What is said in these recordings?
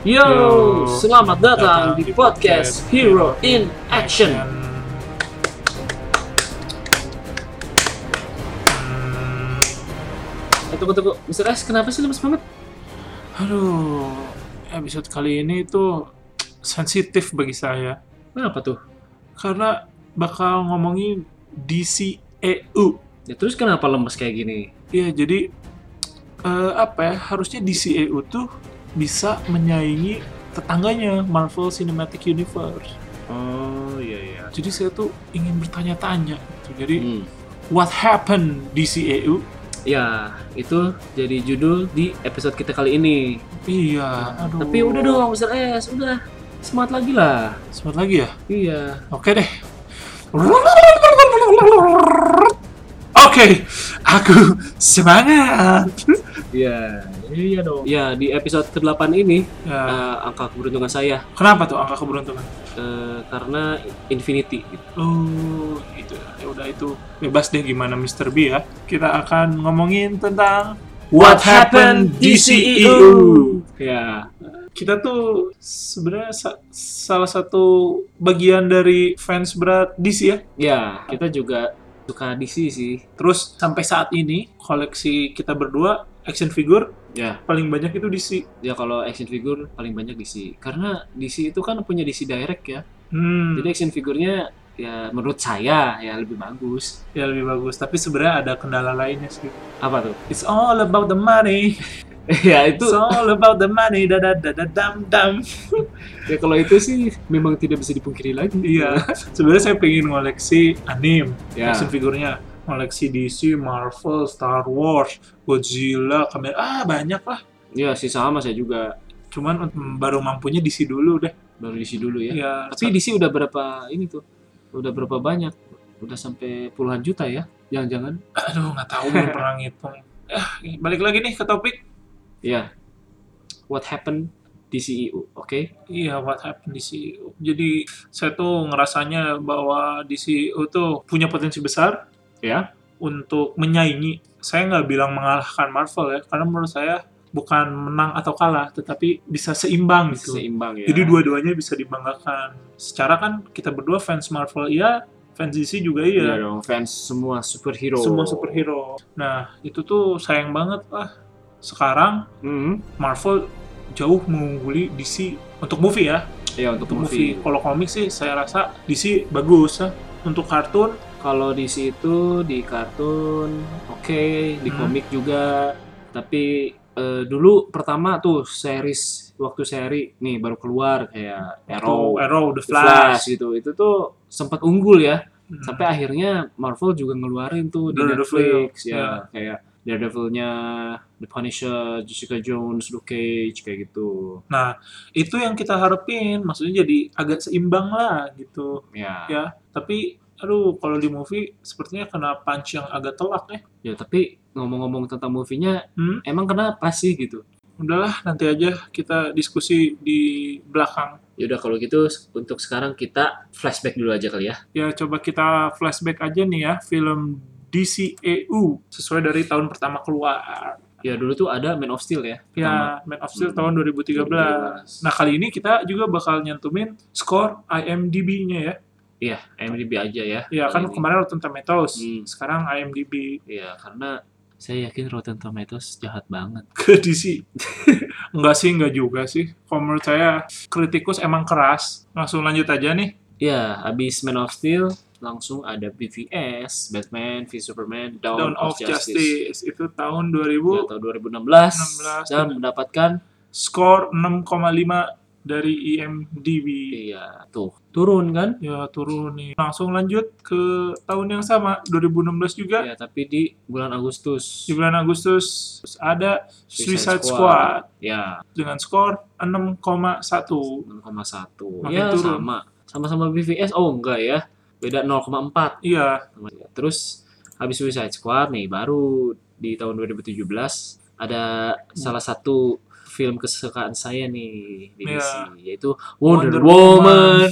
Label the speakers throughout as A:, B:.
A: Yo,
B: Yo,
A: selamat datang di podcast Hero in Action. Eh, tunggu tunggu, Mr. S, kenapa sih lemes banget?
B: Aduh, episode kali ini itu sensitif bagi saya
A: Kenapa tuh?
B: karena bakal ngomongin DCEU.
A: Ya terus kenapa lemes kayak gini?
B: Ya, jadi eh, apa ya? Harusnya DCEU tuh bisa menyaingi tetangganya Marvel Cinematic Universe.
A: Oh iya iya.
B: Jadi saya tuh ingin bertanya-tanya gitu. Jadi
A: Hmm.
B: what happened E DCEU?
A: Ya, itu jadi judul di episode kita kali ini.
B: Iya, aduh.
A: Tapi udah dong, Mr. S, udah. Semangat lagi lah.
B: Sebentar lagi ya.
A: Iya.
B: Oke deh. Oke, aku semangat.
A: Iya. Iya dong. Ya, di episode ke-8 ini
B: Ya,
A: eh, angka keberuntungan saya
B: kenapa tuh angka keberuntungan?
A: eh, karena infinity gitu.
B: Oh, gitu ya. Ya udah itu bebas deh gimana Mr. B ya. Kita akan ngomongin tentang What Happened
A: E
B: DCEU.
A: Ya,
B: Kita tuh sebenarnya sa- salah satu bagian dari fans berat DC ya.
A: ya kita juga suka DC sih.
B: Terus sampai saat ini koleksi kita berdua action figure
A: Ya,
B: paling banyak itu DC.
A: ya kalau action figure paling banyak DC. Karena DC itu kan punya DC Direct ya.
B: Hmm.
A: Jadi action figurnya ya menurut saya ya lebih bagus.
B: ya lebih bagus tapi sebenarnya ada kendala lainnya sih
A: Apa tuh?
B: it's all about the money
A: ya itu
B: it's all about the money da da da da dam dam
A: ya kalau itu sih memang tidak bisa dipungkiri lagi.
B: iya sebenarnya saya pengen ngoleksi anime
A: Ya.
B: action figurnya ngoleksi DC Marvel Star Wars Godzilla Kamen ah banyak lah
A: Ya sih sama saya juga
B: cuman mm, baru mampunya DC dulu deh
A: baru DC dulu ya.
B: ya,
A: Tapi DC udah berapa ini tuh? Udah berapa banyak? Udah sampai puluhan juta ya? Jangan-jangan?
B: aduh nggak tahu belum pernah ngitung ah, balik lagi nih ke topik
A: Ya. What happened DCEU? Oke.
B: Iya, what happened di CEO. Jadi saya tuh ngerasanya bahwa di CEO tuh punya potensi besar
A: Ya.
B: Iya. untuk menyaingi. Saya nggak bilang mengalahkan Marvel ya, karena menurut saya bukan menang atau kalah, tetapi bisa seimbang
A: Bisa
B: gitu.
A: seimbang ya.
B: Jadi dua-duanya bisa dibanggakan. Secara kan kita berdua fans Marvel iya, fans DC juga
A: Iya
B: iya.
A: dong, fans semua superhero.
B: Semua superhero. Nah, itu tuh sayang banget lah. Sekarang
A: Hmm.
B: Marvel jauh mengungguli DC untuk movie ya
A: Ya untuk
B: untuk
A: movie.
B: movie. Kalau komik sih saya rasa DC bagus ya. Untuk kartun
A: Kalau di situ di kartun, oke, di
B: Hmm.
A: komik juga. Tapi eh, dulu pertama tuh series waktu seri nih baru keluar kayak Arrow,
B: Arrow, Arrow The
A: The
B: Flash,
A: gitu. Itu tuh sempat unggul ya.
B: Hmm.
A: Sampai akhirnya Marvel juga ngeluarin tuh di
B: Daredevil,
A: Netflix ya
B: ya.
A: kayak Daredevil-nya, The Punisher, Jessica Jones, Luke Cage kayak gitu.
B: Nah, itu yang kita harapin. Maksudnya jadi agak seimbang lah gitu.
A: Ya.
B: Ya. Tapi aduh kalau di movie sepertinya kena punch yang agak telak
A: Ya
B: ya.
A: tapi ngomong-ngomong tentang movie-nya,
B: Hmm,
A: emang kenapa sih gitu?
B: udahlah nanti aja kita diskusi di belakang.
A: Yaudah kalau gitu untuk sekarang kita flashback dulu aja kali ya.
B: Ya coba kita flashback aja nih ya film DCEU sesuai dari tahun pertama keluar.
A: Ya dulu tuh ada Man of Steel ya. pertama.
B: Ya, Man of Steel
A: Hmm.
B: tahun 2013. Nah, kali ini kita juga bakal nyantumin skor IMDb-nya ya.
A: Iya, IMDb aja ya.
B: Ya, kan
A: kemarin.
B: kemarin Rotten Tomatoes,
A: Hmm.
B: sekarang IMDb
A: Iya, karena saya yakin Rotten Tomatoes jahat banget.
B: ke DC. enggak sih, enggak juga sih. Kalau menurut saya, kritikus emang keras. Langsung lanjut aja nih.
A: Ya, habis Man of Steel langsung ada BVS, Batman v Superman, Dawn,
B: Dawn of Justice. Itu tahun 2000,
A: Ya, tahun 2016,
B: 16,
A: dan
B: bener.
A: mendapatkan
B: skor 6,5 dari IMDb.
A: iya tuh turun kan?
B: Ya, turun nih. Langsung lanjut ke tahun yang sama, 2016 juga.
A: Ya, tapi di bulan Agustus.
B: Iya. Di bulan Agustus terus ada Suicide, Squad.
A: Ya,
B: dengan skor 6,1.
A: 6,1.
B: Makin
A: Ya,
B: turun.
A: sama. Sama-sama BVS. Oh, enggak ya. Beda 0,4.
B: Iya,
A: Terus habis Suicide Squad nih baru di tahun 2017 ada salah satu film kesukaan saya nih di
B: Iya.
A: DC yaitu Wonder,
B: Wonder
A: Woman.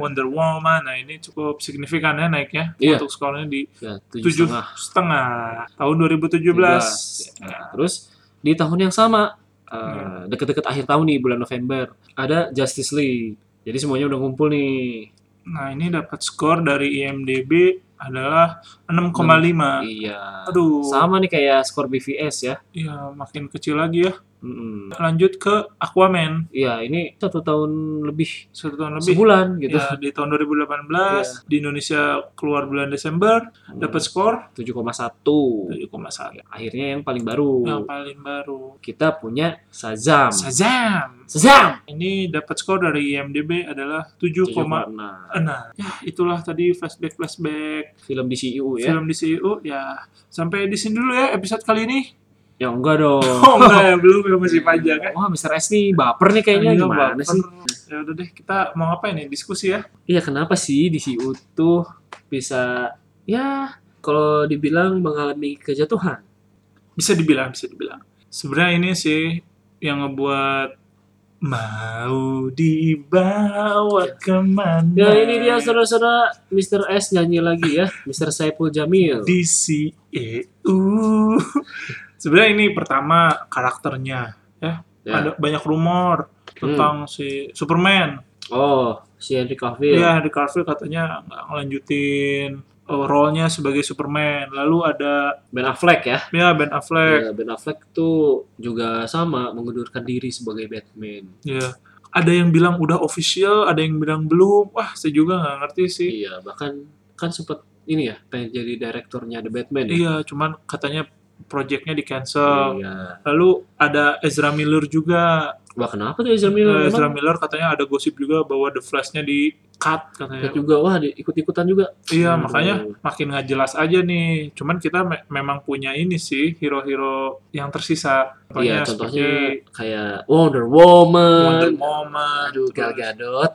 B: Wonder Woman. Nah, ini cukup signifikan ya naiknya
A: Iya.
B: untuk skornya di
A: Ya, tujuh
B: 7,5
A: setengah.
B: tahun 2017.
A: Nah, terus di tahun yang sama eh, deket-deket akhir tahun nih bulan November ada Justice League. Jadi semuanya udah ngumpul nih.
B: Nah, ini dapat skor dari IMDb adalah 6,5.
A: Iya.
B: Nah. Aduh.
A: Sama nih kayak skor BVS ya.
B: Ya, makin kecil lagi ya.
A: Mm-mm.
B: Lanjut ke Aquaman.
A: Iya ini satu tahun lebih,
B: Satu tahun lebih.
A: sebulan gitu. Iya.
B: Ya, di tahun 2018 di Indonesia keluar bulan Desember
A: Hmm.
B: dapat skor
A: 7,1.
B: 7,1
A: Akhirnya yang paling baru
B: yang paling baru
A: kita punya Shazam.
B: Iya, Shazam
A: Shazam.
B: ini dapat skor dari IMDb adalah 7,6
A: 7,6.
B: ya itulah tadi flashback flashback
A: Film DCU ya.
B: film di CEO ya sampai di sini dulu ya episode kali ini
A: Ya enggak dong.
B: oh enggak ya belum belum masih panjang kan
A: Wah, Mr. S nih baper nih kayaknya
B: Ayo,
A: gimana
B: baper.
A: sih?
B: ya udah deh kita mau ngapain nih diskusi ya
A: Iya, kenapa sih DCU tuh bisa ya kalau dibilang mengalami kejatuhan?
B: bisa dibilang bisa dibilang sebenarnya ini sih yang ngebuat mau dibawa kemana
A: Ya ini dia saudara-saudara Mr. S nyanyi lagi ya, Mr. Saiful Jamil.
B: di CEO sebenarnya ini pertama karakternya
A: Ya. Hmm.
B: ada banyak rumor tentang si Superman
A: Oh, si Henry Cavill.
B: Iya, Henry Cavill katanya nggak ngelanjutin eh, role-nya sebagai Superman lalu ada
A: Ben Affleck ya.
B: ya Ben Affleck
A: Ya, ben Affleck tuh juga sama mengundurkan diri sebagai Batman.
B: ya ada yang bilang udah official ada yang bilang belum wah saya juga nggak ngerti sih
A: Iya, bahkan kan sempat ini ya pengen jadi direkturnya The Batman. ya?
B: Iya, cuman katanya proyeknya di cancel.
A: Iya.
B: Lalu ada Ezra Miller juga.
A: Wah kenapa tuh Ezra Miller?
B: Eh, Ezra
A: Iya, Emang
B: Miller katanya ada gosip juga bahwa The Flash-nya di cut katanya.
A: ikut Iya juga wah di- ikut-ikutan juga.
B: Iya,
A: Aduh.
B: makanya makin nggak jelas aja nih. Cuman kita me- memang punya ini sih hero-hero yang tersisa.
A: Iya,
B: Contohnya
A: contohnya
B: seperti
A: kayak Wonder Woman.
B: Wonder Woman,
A: Aduh, Gal
B: terus-
A: Gadot.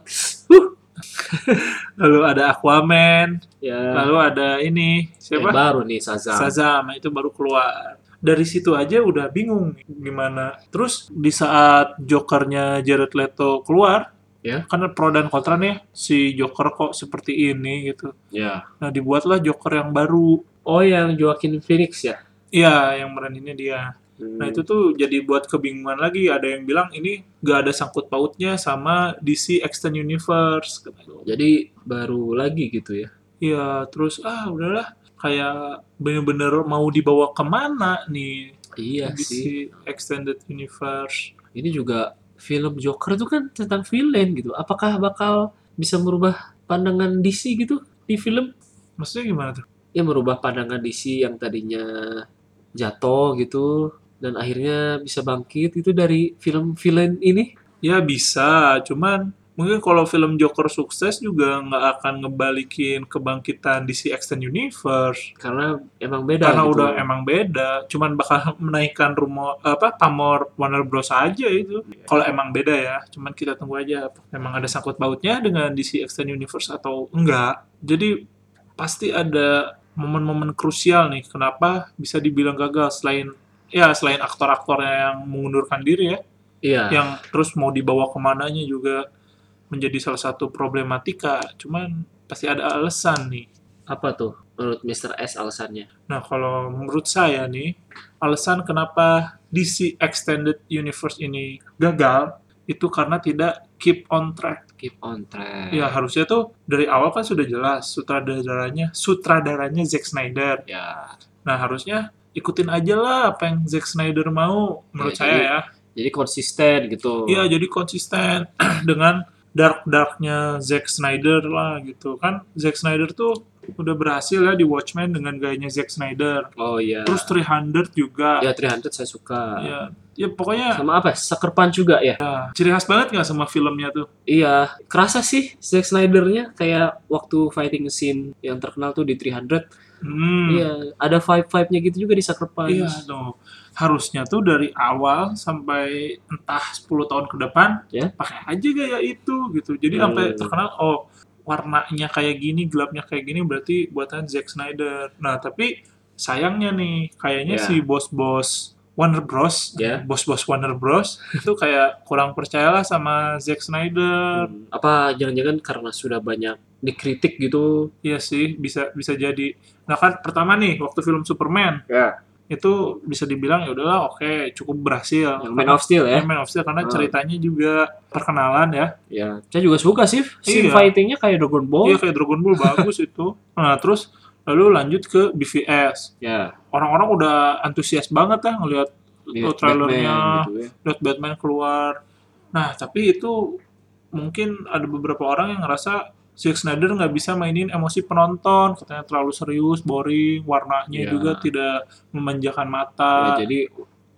B: lalu ada Aquaman,
A: Ya.
B: lalu ada ini
A: yang
B: siapa?
A: baru nih Shazam.
B: Shazam itu baru keluar. Dari situ aja udah bingung gimana. Terus di saat Jokernya Jared Leto keluar,
A: Ya.
B: karena pro dan kontra nih si Joker kok seperti ini gitu.
A: Ya.
B: Nah dibuatlah Joker yang baru.
A: Oh, yang Joaquin Phoenix ya.
B: Iya, yang meraninnya dia.
A: Hmm.
B: Nah itu tuh jadi buat kebingungan lagi. Ada yang bilang ini gak ada sangkut pautnya sama DC Extended Universe. katanya.
A: Jadi baru lagi gitu ya.
B: Iya, terus ah udahlah kayak bener-bener mau dibawa kemana nih
A: Iya
B: DC
A: sih.
B: Extended Universe.
A: Ini juga film Joker itu kan tentang villain gitu. Apakah bakal bisa merubah pandangan DC gitu di film?
B: Maksudnya gimana tuh?
A: Ya merubah pandangan DC yang tadinya jatuh gitu dan akhirnya bisa bangkit itu dari film villain ini.
B: Ya bisa, cuman mungkin kalau film Joker sukses juga nggak akan ngebalikin kebangkitan DC Extended Universe
A: karena emang beda
B: karena
A: gitu.
B: udah emang beda. Cuman bakal menaikkan rumor apa pamor Warner Bros aja itu. Kalau emang beda ya, cuman kita tunggu aja apa emang ada sangkut pautnya dengan DC Extended Universe atau enggak. Jadi pasti ada momen-momen krusial nih kenapa bisa dibilang gagal selain ya selain aktor-aktornya yang mengundurkan diri ya
A: iya
B: yang terus mau dibawa kemananya juga menjadi salah satu problematika. Cuman pasti ada alasan nih.
A: apa tuh menurut Mr. S alasannya
B: Nah kalau menurut saya nih, alasan kenapa DC Extended Universe ini gagal itu karena tidak keep on track.
A: keep on track
B: Ya harusnya tuh dari awal kan sudah jelas sutradaranya, sutradaranya Zack Snyder.
A: ya
B: Nah harusnya ikutin aja lah apa yang Zack Snyder mau
A: Ya,
B: menurut saya
A: jadi-
B: ya.
A: jadi konsisten gitu
B: Iya jadi konsisten dengan dark darknya Zack Snyder lah gitu kan Zack Snyder tuh udah berhasil ya di Watchmen dengan gayanya Zack Snyder
A: oh iya
B: terus 300 juga
A: ya 300 saya suka
B: ya ya pokoknya
A: sama apa Sucker Punch juga ya
B: ciri khas banget nggak sama filmnya tuh
A: iya kerasa sih Zack Snyder-nya kayak waktu fighting scene yang terkenal tuh di 300
B: hmm.
A: iya ada vibe-vibe-nya gitu juga di Sucker Punch
B: Iya, tuh. harusnya tuh dari awal sampai entah 10 tahun ke depan
A: Ya.
B: pakai aja gaya itu gitu jadi
A: Hmm.
B: sampai terkenal oh warnanya kayak gini gelapnya kayak gini berarti buatan Zack Snyder nah tapi sayangnya nih kayaknya
A: Ya.
B: si bos-bos Warner Bros
A: Ya.
B: bos-bos Warner Bros itu kayak kurang percayalah sama Zack Snyder
A: Hmm, apa jangan-jangan karena sudah banyak dikritik gitu
B: Iya sih bisa bisa jadi nah kan pertama nih waktu film Superman
A: ya
B: itu bisa dibilang ya udahlah oke cukup berhasil
A: Yang Man of Steel ya.
B: Ya, Man of Steel karena
A: Hmm.
B: ceritanya juga perkenalan ya.
A: Ya, saya juga suka sih. Scene
B: Iya.
A: fightingnya kayak Dragon Ball.
B: Iya kayak Dragon Ball bagus itu. Nah terus lalu lanjut ke BVS.
A: Ya,
B: Orang-orang udah antusias banget ya ngelihat
A: lihat
B: trailernya.
A: Iya, Batman gitu ya.
B: lihat Batman keluar. Nah tapi itu mungkin ada beberapa orang yang ngerasa Zack Snyder nggak bisa mainin emosi penonton, katanya terlalu serius, boring, warnanya
A: Iya.
B: juga tidak memanjakan
A: Ya,
B: mata.
A: jadi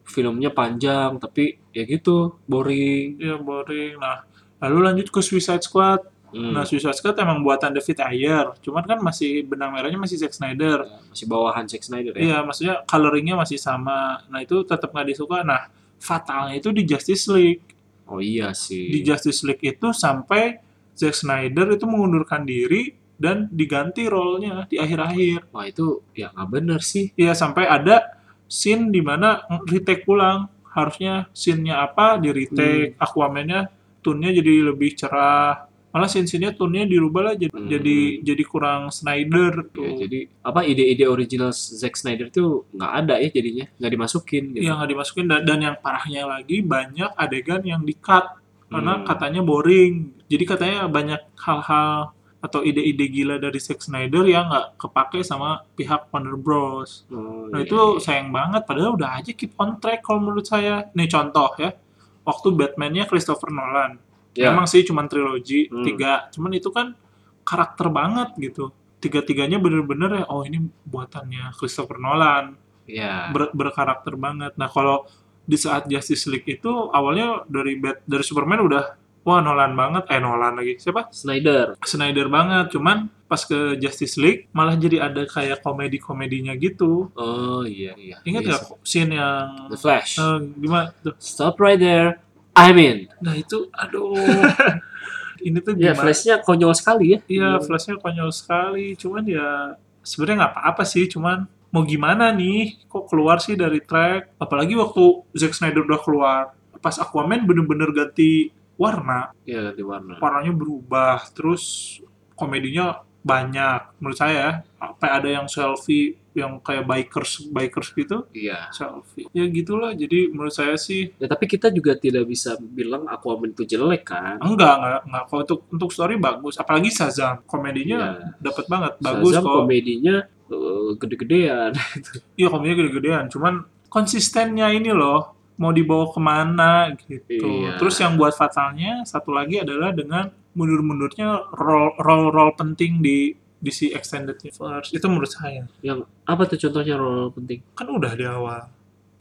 A: filmnya panjang tapi ya gitu, boring.
B: Iya boring. Nah lalu lanjut ke Suicide Squad.
A: Hmm.
B: Nah, Suicide Squad emang buatan David Ayer, cuman kan masih benang merahnya masih Zack Snyder.
A: Ya, masih bawahan Zack Snyder ya.
B: Iya, maksudnya coloringnya masih sama. Nah, itu tetap nggak disuka. Nah, fatalnya itu di Justice League.
A: Oh iya
B: Di
A: sih.
B: Justice League itu sampai Zack Snyder itu mengundurkan diri dan diganti role-nya di akhir-akhir.
A: Wah, itu ya nggak bener sih.
B: Iya, sampai ada scene di mana retake ulang. Harusnya scene-nya apa di retake,
A: Hmm.
B: Aquaman-nya tone-nya jadi lebih cerah. Malah scene-scene-nya tone-nya dirubah lah jadi
A: Hmm.
B: jadi, jadi kurang Snyder tuh.
A: Ya, jadi apa ide-ide original Zack Snyder tuh nggak ada ya jadinya, nggak dimasukin gitu.
B: yang Iya, nggak dimasukin dan, dan yang parahnya lagi banyak adegan yang di-cut karena
A: Hmm.
B: katanya boring jadi katanya banyak hal-hal atau ide-ide gila dari Zack Snyder yang nggak kepake sama pihak Warner Bros.
A: Oh,
B: Nah
A: iya,
B: itu
A: iya.
B: sayang banget padahal udah aja keep on track kalau menurut saya. Nih contoh ya, waktu Batman-nya Christopher Nolan.
A: Ya,
B: Memang sih cuman trilogi
A: Hmm.
B: tiga, cuman itu kan karakter banget gitu. Tiga-tiganya bener-bener ya, oh ini buatannya Christopher Nolan
A: ya.
B: ber- berkarakter banget. Nah kalau di saat Justice League itu awalnya dari Bat dari Superman udah wah Nolan banget, eh Nolan lagi siapa?
A: Snyder.
B: Snyder banget. Cuman pas ke Justice League malah jadi ada kayak komedi komedinya gitu.
A: Oh iya iya.
B: Ingat
A: Iya
B: nggak
A: sih.
B: scene yang
A: The Flash.
B: eh, gimana? tuh?
A: Stop right there. I'm in.
B: Nah itu aduh ini tuh
A: Ya,
B: gimana?
A: flashnya konyol sekali ya.
B: Iya flashnya konyol sekali. Cuman ya sebenarnya nggak apa-apa sih. Cuman mau gimana nih? Kok keluar sih dari track? Apalagi waktu Zack Snyder udah keluar. Pas Aquaman bener-bener ganti warna.
A: Iya, ganti warna.
B: Warnanya berubah. Terus komedinya banyak. Menurut saya Kayak ada yang selfie yang kayak bikers bikers gitu
A: Iya.
B: selfie ya gitulah jadi menurut saya sih
A: Ya, tapi kita juga tidak bisa bilang Aquaman itu jelek kan.
B: enggak enggak enggak kalau untuk untuk story bagus apalagi Shazam komedinya
A: Iya.
B: dapat banget bagus
A: Shazam
B: kok
A: komedinya eh, gede-gedean.
B: Iya komedinya gede-gedean, cuman konsistennya ini loh mau dibawa kemana gitu.
A: Iya.
B: Terus yang buat fatalnya satu lagi adalah dengan mundur-mundurnya role role role penting di DC Extended Universe itu menurut saya
A: Yang apa tuh contohnya role penting?
B: kan udah di awal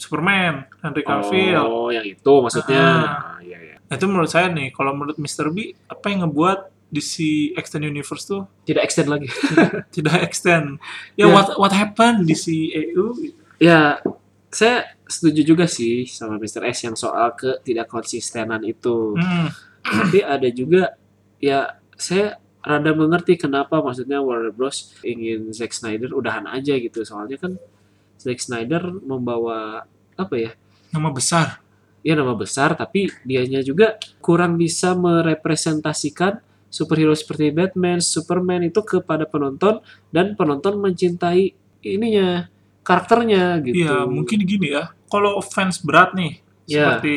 B: Superman Henry Cavill.
A: Oh, yang itu maksudnya.
B: Ah.
A: Ah, iya, iya.
B: Nah, itu menurut saya nih kalau menurut Mr. B apa yang ngebuat DC Extended Universe tuh
A: Tidak extend lagi.
B: tidak extend. Ya
A: Ya.
B: what what happened E DC EU?
A: ya, saya setuju juga sih sama Mr. S yang soal ketidak konsistenan itu.
B: Hmm,
A: tapi ada juga ya saya rada mengerti kenapa maksudnya Warner Bros ingin Zack Snyder udahan aja gitu soalnya kan Zack Snyder membawa apa ya
B: nama besar.
A: ya nama besar tapi dianya juga kurang bisa merepresentasikan superhero seperti Batman, Superman itu kepada penonton dan penonton mencintai ininya karakternya gitu.
B: Iya, mungkin gini ya. Kalau fans berat nih
A: ya,
B: seperti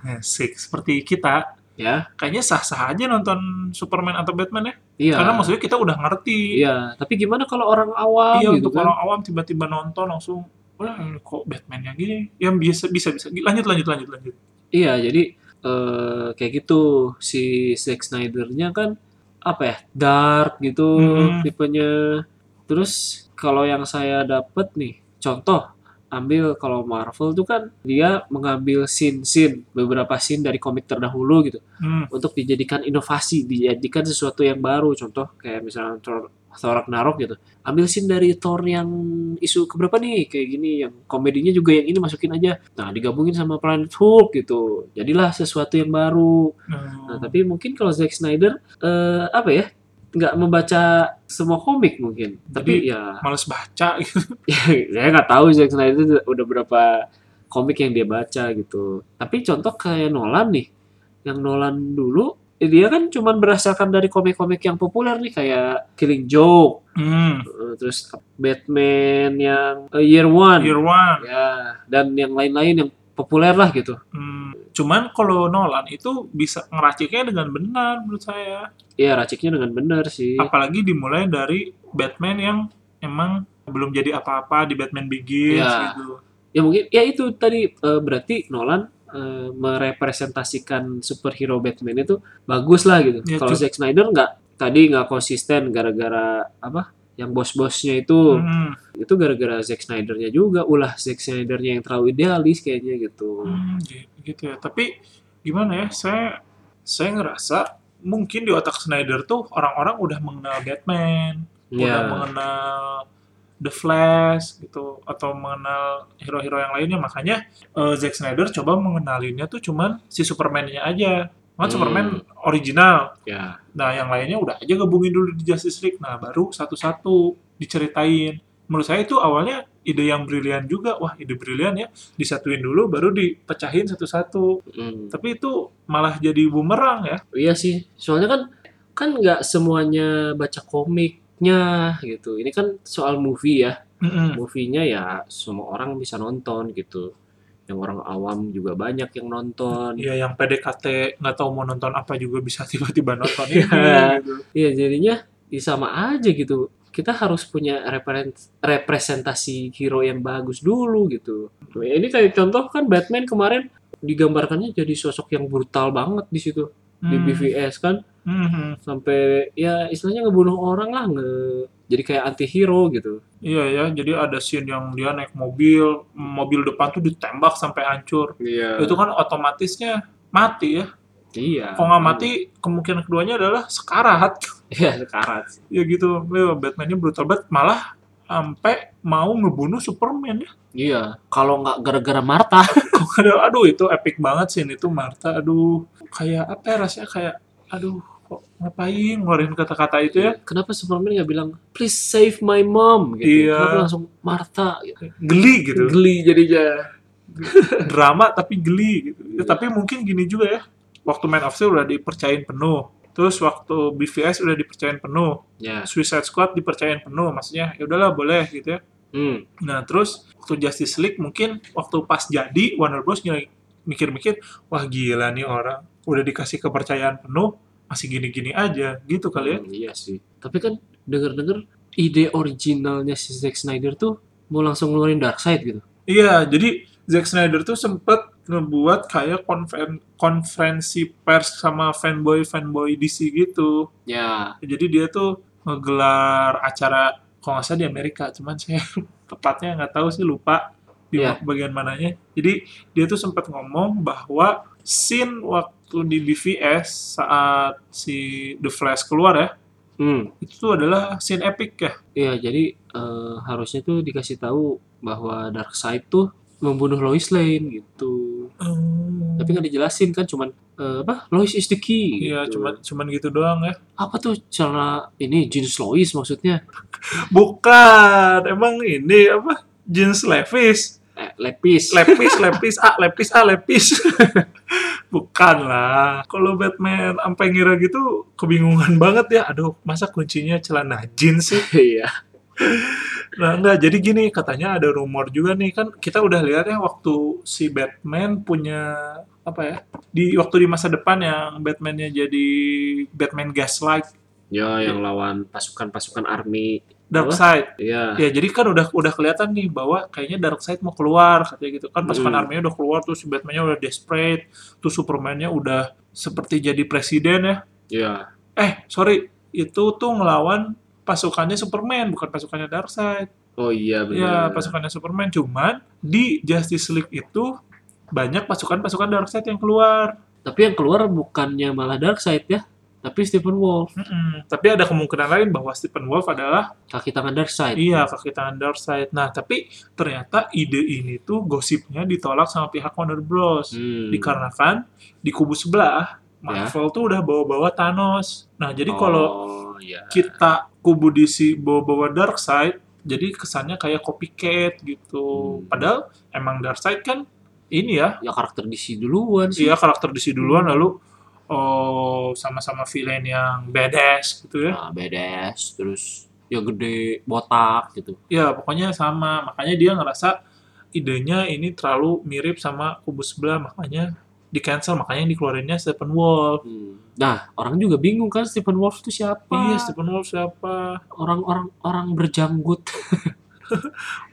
B: asik, seperti kita
A: ya,
B: kayaknya sah-sah aja nonton Superman atau Batman ya
A: iya.
B: karena maksudnya kita udah ngerti
A: Iya, tapi gimana kalau orang awam
B: iya
A: gitu
B: untuk
A: kan?
B: orang awam tiba-tiba nonton langsung wah kok Batman yang gini yang biasa bisa bisa lanjut lanjut lanjut lanjut
A: Iya, jadi eh, kayak gitu si Zack Snyder-nya kan apa ya dark gitu
B: Mhm.
A: tipenya. Terus kalau yang saya dapet nih, contoh ambil kalau Marvel tuh kan dia mengambil scene-scene beberapa scene dari komik terdahulu gitu
B: hmm.
A: untuk dijadikan inovasi, dijadikan sesuatu yang baru. Contoh kayak misalnya Thor, Thor Ragnarok gitu. Ambil scene dari Thor yang isu keberapa nih kayak gini yang komedinya juga yang ini masukin aja. Nah, digabungin sama Planet Hulk gitu. Jadilah sesuatu yang baru. Nah, tapi mungkin kalau Zack Snyder eh, apa ya? nggak membaca semua komik mungkin. Tapi
B: Jadi-
A: ya
B: males baca gitu
A: saya nggak tahu Zack Snyder itu udah berapa komik yang dia baca gitu. Tapi contoh kayak Nolan nih, yang Nolan dulu eh, dia kan cuman berasalkan dari komik-komik yang populer nih kayak Killing Joke,
B: Hmm.
A: eh, terus Batman yang eh, Year One,
B: Year One.
A: ya dan yang lain-lain yang populer lah gitu.
B: Hmm. Cuman kalau Nolan itu bisa ngeraciknya dengan benar menurut saya.
A: Iya raciknya dengan benar sih.
B: Apalagi dimulai dari Batman yang emang belum jadi apa-apa di Batman Begins
A: Iya.
B: gitu.
A: Ya mungkin ya itu tadi eh, berarti Nolan eh, merepresentasikan superhero Batman itu bagus lah gitu.
B: Ya,
A: Kalau
B: cu-
A: Zack Snyder nggak tadi nggak konsisten gara-gara apa? Yang bos-bosnya itu
B: Hmm.
A: itu gara-gara Zack Snydernya juga ulah Zack Snydernya yang terlalu idealis kayaknya gitu
B: Hmm, gi- gitu ya. Tapi gimana ya? Saya saya ngerasa mungkin di otak Snyder tuh orang-orang udah mengenal Batman, udah
A: ya
B: mengenal The Flash gitu atau mengenal hero-hero yang lainnya. Makanya eh, Zack Snyder coba mengenalinnya tuh cuman si Superman-nya aja. Kan
A: Hmm.
B: Superman original.
A: ya
B: Nah, yang lainnya udah aja gabungin dulu di Justice League. Nah, baru satu-satu diceritain. Menurut saya itu awalnya ide yang brilian juga. Wah, ide brilian ya. Disatuin dulu, baru dipecahin satu-satu.
A: mm.
B: Tapi itu malah jadi bumerang ya.
A: iya sih soalnya kan kan nggak semuanya baca komiknya gitu ini kan soal movie ya
B: Mm-mm.
A: movie-nya ya semua orang bisa nonton gitu yang orang awam juga banyak yang nonton
B: Iya, yang PDKT nggak tahu mau nonton apa juga bisa tiba-tiba nonton. ini,
A: Iya.
B: gitu.
A: iya jadinya ya sama aja gitu kita harus punya reperen- representasi hero yang bagus dulu gitu Ya, ini kayak contoh kan Batman kemarin digambarkannya jadi sosok yang brutal banget di situ di
B: Hmm.
A: BVS kan
B: Mhm.
A: sampai ya istilahnya ngebunuh orang lah nge jadi kayak anti hero gitu
B: Iya ya, jadi ada scene yang dia naik mobil, mobil depan tuh ditembak sampai hancur.
A: iya
B: Itu kan otomatisnya mati ya.
A: iya
B: Kalau nggak mati, kemungkinan keduanya adalah sekarat.
A: iya sekarat sih.
B: ya gitu ya, Batman-nya brutal banget malah sampai mau ngebunuh Superman ya
A: iya kalau nggak gara-gara Martha
B: Aduh, aduh itu epic banget sih itu Martha aduh kayak apa ya, rasanya kayak aduh kok ngapain ngeluarin kata-kata itu ya
A: Gitu kenapa Superman nggak bilang please save my mom gitu
B: Iya.
A: kenapa langsung Martha gitu.
B: geli gitu
A: geli jadinya
B: drama tapi geli gitu Ya, tapi mungkin gini juga ya waktu Man of Steel udah dipercayain penuh terus waktu BVS udah dipercayain penuh
A: ya
B: Suicide Squad dipercayain penuh maksudnya ya udahlah boleh gitu ya
A: hmm.
B: Nah, terus waktu Justice League mungkin waktu pas jadi Warner Bros nilai- mikir-mikir, wah gila nih orang, udah dikasih kepercayaan penuh, masih gini-gini aja gitu kali ya.
A: Hmm, iya sih tapi kan denger-denger ide originalnya si Zack Snyder tuh mau langsung ngeluarin Darkseid gitu
B: Iya, jadi Zack Snyder tuh sempet ngebuat kayak konferen- konferensi pers sama fanboy-fanboy DC gitu.
A: ya
B: Jadi dia tuh ngegelar acara kalau nggak salah di Amerika, cuman saya tepatnya nggak tahu sih lupa di
A: Iya.
B: bagian mananya. Jadi dia tuh sempat ngomong bahwa scene waktu di BVS saat si The Flash keluar ya,
A: hmm.
B: itu tuh adalah scene epic ya.
A: Iya, jadi eh, harusnya tuh dikasih tahu bahwa Darkseid tuh membunuh Lois Lane gitu.
B: Hmm.
A: Tapi nggak dijelasin kan, cuman eh, apa Lois is the key.
B: Iya,
A: gitu.
B: cuman cuman gitu doang ya.
A: apa tuh cara ini jenis Lois maksudnya
B: Bukan, emang ini apa? Jeans Levis.
A: eh, lepis.
B: lepis lepis ah lepis ah lepis bukan lah kalau Batman sampai ngira gitu kebingungan banget ya aduh masa kuncinya celana jeans sih
A: Iya.
B: nah enggak jadi gini katanya ada rumor juga nih kan kita udah lihat ya waktu si Batman punya apa ya di waktu di masa depan yang Batmannya jadi Batman Gaslight
A: ya yang lawan pasukan-pasukan army.
B: Darkseid
A: Iya.
B: Ya jadi kan udah udah kelihatan nih bahwa kayaknya Darkseid mau keluar katanya gitu kan pasukan
A: Hmm.
B: arminya udah keluar terus Batman-nya udah desperate terus Superman-nya udah seperti jadi presiden ya
A: Iya.
B: eh sorry itu tuh ngelawan pasukannya Superman bukan pasukannya Darkseid
A: Oh iya
B: ya
A: benar.
B: pasukannya Superman cuman di Justice League itu banyak pasukan-pasukan Darkseid yang keluar
A: Tapi yang keluar bukannya malah Darkseid ya, tapi Stephen Wolf.
B: Mm-mm. tapi ada kemungkinan lain bahwa Stephen Wolf adalah
A: Kaki tangan Darkseid.
B: Iya, kaki tangan Darkseid. Nah, tapi ternyata ide ini tuh gosipnya ditolak sama pihak Warner Bros.
A: Hmm. Ya.
B: Dikarenakan di kubu sebelah, Marvel tuh udah bawa-bawa Thanos. Nah, jadi kalau
A: Oh, iya.
B: kita kubu DC bawa-bawa Darkseid, jadi kesannya kayak copycat gitu.
A: Hmm.
B: Padahal emang Darkseid kan ini ya,
A: ya karakter DC duluan sih. Hmm.
B: iya karakter DC duluan lalu oh sama-sama villain yang badass gitu ya
A: Nah, badass, terus ya gede, botak gitu.
B: ya pokoknya sama makanya dia ngerasa idenya ini terlalu mirip sama kubus sebelah makanya di cancel makanya yang dikeluarinnya Stephen Wolf
A: Hmm. Nah, orang juga bingung kan Stephen Wolf itu siapa?
B: iya Stephen Wolf siapa
A: Orang-orang orang berjanggut.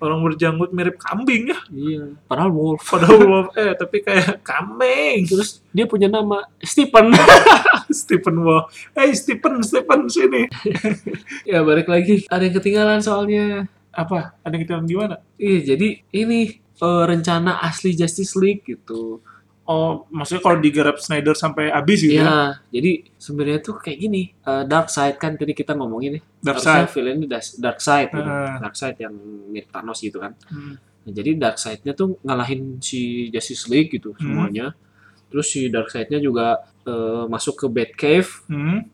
B: orang berjanggut mirip kambing ya
A: iya. Padahal Wolf.
B: padahal Wolf eh tapi kayak kambing
A: Terus dia punya nama Stephen.
B: Stephen Wolf eh Stephen Stephen sini
A: ya balik lagi. Ada yang ketinggalan soalnya.
B: apa ada yang kita gimana
A: Iya, jadi ini eh, rencana asli Justice League gitu.
B: Oh, maksudnya kalau digarap Snyder sampai habis gitu ya?
A: Iya, jadi sebenarnya tuh kayak gini. Eh, Dark Side kan tadi kita ngomongin nih.
B: Dark
A: Harusnya
B: Side.
A: villain itu Dark Side gitu.
B: Heeh.
A: Dark Side yang mirip Thanos gitu kan.
B: Hmm.
A: Nah, jadi dark side-nya tuh ngalahin si Justice League gitu
B: Hmm.
A: semuanya. Terus si dark side-nya juga eh, masuk ke Batcave,
B: Hmm.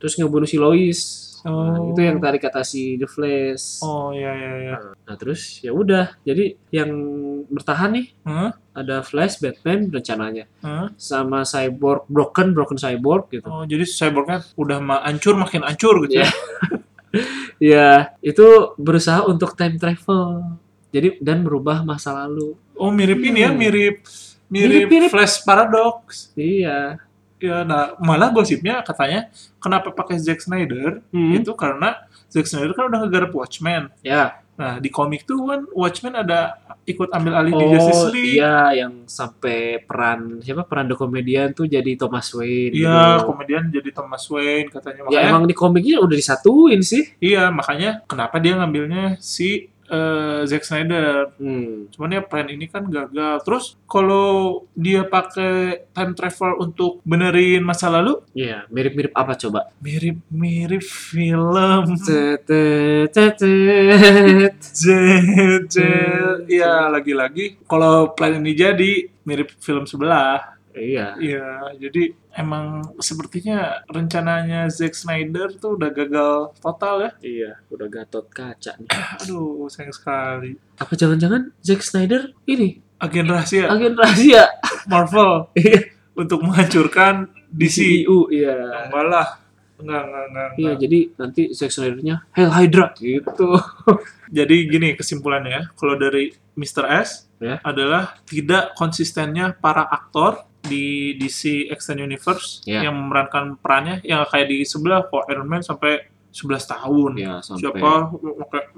A: terus ngebunuh si Lois. Nah,
B: Oh.
A: itu yang tadi kata si The Flash.
B: Oh, iya, iya, iya.
A: Nah, terus ya udah. Jadi yang bertahan nih
B: Hah?
A: ada Flash, Batman rencananya
B: Hah?
A: sama Cyborg, Broken, Broken Cyborg gitu.
B: Oh, jadi cyborgnya udah ma hancur makin hancur gitu
A: Iya.
B: ya?
A: Ya, itu berusaha untuk time travel. Jadi dan merubah masa lalu.
B: Oh, mirip ini ya,
A: Hmm.
B: mirip
A: Mirip,
B: mirip,
A: mirip.
B: Flash Paradox.
A: Iya.
B: Ya, nah, malah gosipnya katanya kenapa pakai Zack Snyder
A: Hmm.
B: itu karena Zack Snyder kan udah ngegarap Watchmen.
A: Ya.
B: Nah, di komik tuh kan Watchmen ada ikut ambil alih di Justice
A: Oh,
B: League.
A: iya yang sampai peran siapa peran The Comedian tuh jadi Thomas Wayne.
B: Iya,
A: gitu.
B: kemudian jadi Thomas Wayne
A: ya
B: katanya. Makanya
A: emang di komiknya udah disatuin sih.
B: Iya, makanya kenapa dia ngambilnya si eh, Zack Snyder.
A: Hmm.
B: Cuman ya plan ini kan gagal. Terus kalau dia pakai time travel untuk benerin masa lalu,
A: Iya, mirip-mirip apa coba?
B: mirip-mirip film
A: Tetet, tetet.
B: Jet
A: Hmm.
B: Iya, lagi-lagi kalau plan ini jadi mirip film sebelah.
A: Iya.
B: Iya, jadi emang sepertinya rencananya Zack Snyder tuh udah gagal total ya.
A: Iya, udah gatot kaca nih.
B: Aduh, sayang sekali.
A: Apa jangan-jangan Zack Snyder ini
B: Agen rahasia
A: agen rahasia
B: Marvel.
A: Iya,
B: untuk menghancurkan DC.
A: CEO iya.
B: Enggak lah. Enggak, enggak, enggak.
A: Iya,
B: enggak.
A: jadi nanti Zack Snyder-nya Hell Hydra gitu.
B: Jadi gini kesimpulannya ya. Kalau dari Mr. S
A: Ya.
B: adalah tidak konsistennya para aktor di DC Extended Universe
A: Ya.
B: yang memerankan perannya yang kayak di sebelah kok Iron Man sampai 11 tahun.
A: Iya, sampai
B: Siapa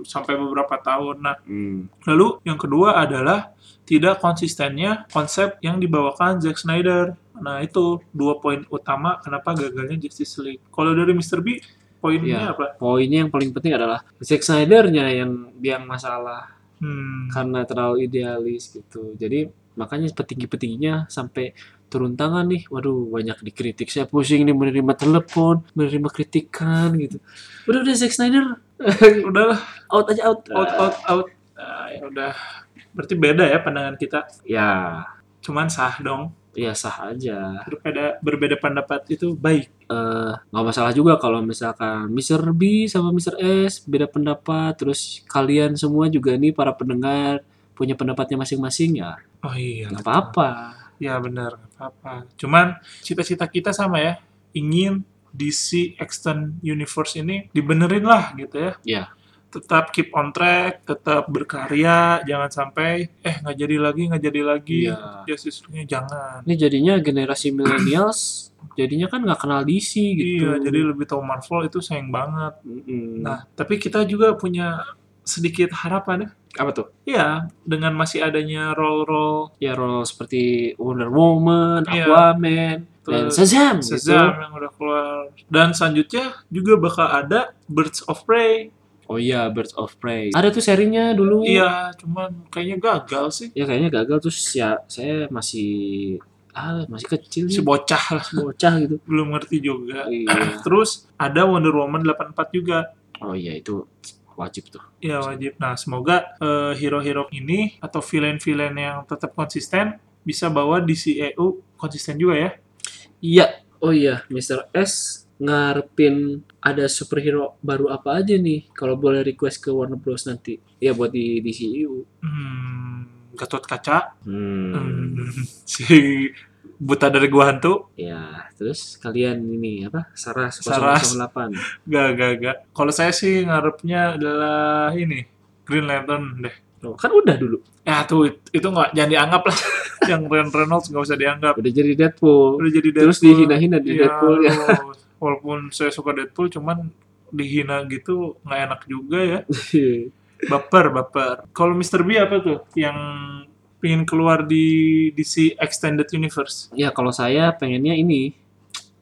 B: sampai beberapa tahun. Nah,
A: Hmm.
B: Lalu yang kedua adalah tidak konsistennya konsep yang dibawakan Zack Snyder. Nah itu dua poin utama kenapa gagalnya Justice League. Kalau dari Mr. B, poinnya
A: Iya.
B: apa?
A: poinnya yang paling penting adalah Zack Snyder-nya yang yang masalah
B: Hmm,
A: karena terlalu idealis gitu. Jadi makanya petinggi-petingginya sampai turun tangan nih. Waduh, banyak dikritik. Saya pusing nih menerima telepon, menerima kritikan gitu. Udah udah Zack Snyder
B: udahlah,
A: out aja out.
B: out, out, out. Ah, ya udah, berarti beda ya pandangan kita.
A: Ya,
B: Cuman sah dong,
A: ya sah aja.
B: berbeda, berbeda pendapat itu baik.
A: Eh, nggak masalah juga kalau misalkan Mr. B sama Mr. S beda pendapat. Terus kalian semua juga nih para pendengar punya pendapatnya masing-masing ya.
B: Oh iya,
A: Nggak
B: betul.
A: apa-apa.
B: Ya benar, nggak apa-apa. Cuman cita-cita kita sama ya, ingin DC Extend Universe ini dibenerin lah gitu ya.
A: Iya.
B: Tetap keep on track, tetap berkarya, jangan sampai eh nggak jadi lagi, nggak jadi lagi.
A: Iya.
B: Justice League-nya jangan.
A: ini jadinya generasi millennials jadinya kan nggak kenal DC gitu Iya.
B: Iya, jadi lebih tahu Marvel itu sayang banget.
A: Mm-mm.
B: Nah, tapi kita juga punya sedikit harapan ya.
A: apa tuh
B: Ya, dengan masih adanya role-role
A: ya role seperti Wonder Woman
B: Iya.
A: Aquaman dan
B: Terus
A: Shazam, gitu.
B: Shazam yang udah keluar. Dan selanjutnya juga bakal ada Birds of Prey
A: gitu oh iya Birds of Prey ada tuh serinya dulu
B: Iya, cuman kayaknya gagal sih.
A: ya kayaknya gagal terus ya saya masih ah masih kecil
B: Si
A: sih
B: bocah lah,
A: bocah gitu
B: belum ngerti juga.
A: iya
B: Terus ada Wonder Woman 84 juga.
A: oh iya itu wajib tuh
B: Ya wajib. Nah, semoga eh, hero-hero ini atau villain-villain yang tetap konsisten bisa bawa DCEU konsisten juga ya.
A: iya oh iya Mr. S ngarepin ada superhero baru apa aja nih kalau boleh request ke Warner Bros nanti ya buat di DCU
B: Hmm, Gatot Kaca,
A: Hmm.
B: hmm, si buta dari gua hantu
A: Ya, terus kalian ini apa? Sarah
B: Sarah.
A: 008.
B: gak gak gak kalau saya sih ngarepnya adalah ini Green Lantern deh
A: Oh, kan udah dulu.
B: ya tuh it- itu nggak jangan dianggap lah yang Ryan Reynolds nggak usah dianggap
A: Udah jadi Deadpool.
B: udah jadi
A: Terus
B: Deadpool.
A: dihina-hina di
B: Iya,
A: Deadpool ya.
B: aduh. walaupun saya suka Deadpool cuman dihina gitu nggak enak juga ya baper baper kalau Mr. B apa tuh yang pingin keluar di DC Extended Universe
A: ya kalau saya pengennya ini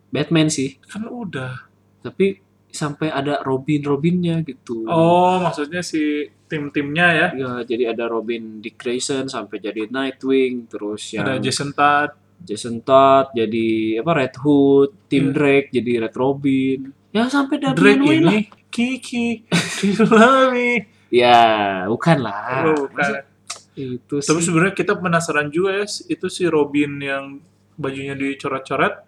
A: Batman sih,
B: kan udah
A: tapi sampai ada Robin-Robinnya gitu.
B: oh maksudnya si tim-timnya ya
A: Ya, jadi ada Robin Dick Grayson sampai jadi Nightwing, terus yang
B: ada Jason Todd
A: Jason Todd jadi apa Red Hood, Tim
B: Iya.
A: Drake jadi Red Robin. Ya sampai Damian
B: Drake
A: Wayne lah.
B: ini Kiki Do you love me?
A: Ya, bukan lah.
B: Oh, bukan.
A: Itu
B: tapi
A: sih.
B: sebenarnya kita penasaran juga ya itu si Robin yang bajunya dicoret-coret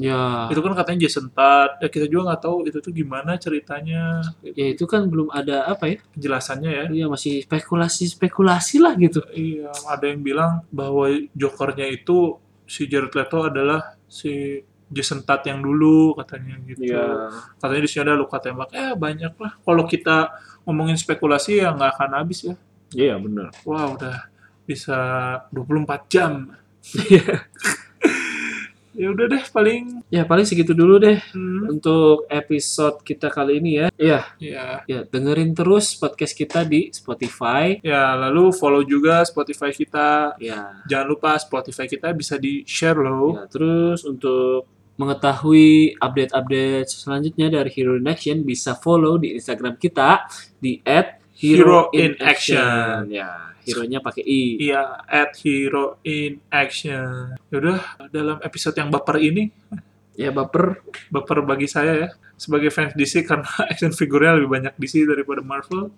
A: Ya,
B: itu kan katanya Jason Todd ya kita juga nggak tahu itu tuh gimana ceritanya
A: ya itu kan belum ada apa ya?
B: penjelasannya ya
A: Iya masih spekulasi-spekulasi lah gitu.
B: iya ada yang bilang bahwa Jokernya itu si Jared Leto adalah si Jason Todd yang dulu katanya gitu
A: Iya.
B: katanya di sini ada luka tembak ya banyak lah kalau kita ngomongin spekulasi ya nggak akan habis ya
A: Iya, benar.
B: wah udah bisa 24 jam ya udah deh paling
A: Ya, paling segitu dulu deh
B: hmm,
A: untuk episode kita kali ini ya. Iya,
B: ya
A: ya dengerin terus podcast kita di Spotify.
B: ya lalu follow juga Spotify kita
A: Ya.
B: jangan lupa Spotify kita bisa di share loh
A: ya terus untuk mengetahui update-update selanjutnya dari Hero in Action bisa follow di Instagram kita di @heroinaction. Ya, hero-nya pakai i.
B: Iya, at Hero in Action. Yaudah, dalam episode yang baper ini,
A: Ya baper.
B: baper bagi saya ya, sebagai fans DC karena action figurnya lebih banyak DC daripada Marvel.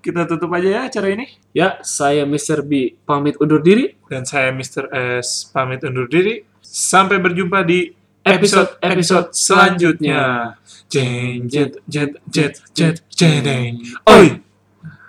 B: Kita tutup aja ya acara ini.
A: Ya, saya Mr. B pamit undur diri.
B: Dan saya Mr. S pamit undur diri. Sampai berjumpa di
A: Episode-episode
B: episode selanjutnya.
A: selanjutnya.
B: Jeng, Jet, jet, jet, jet, jedeng. Oi!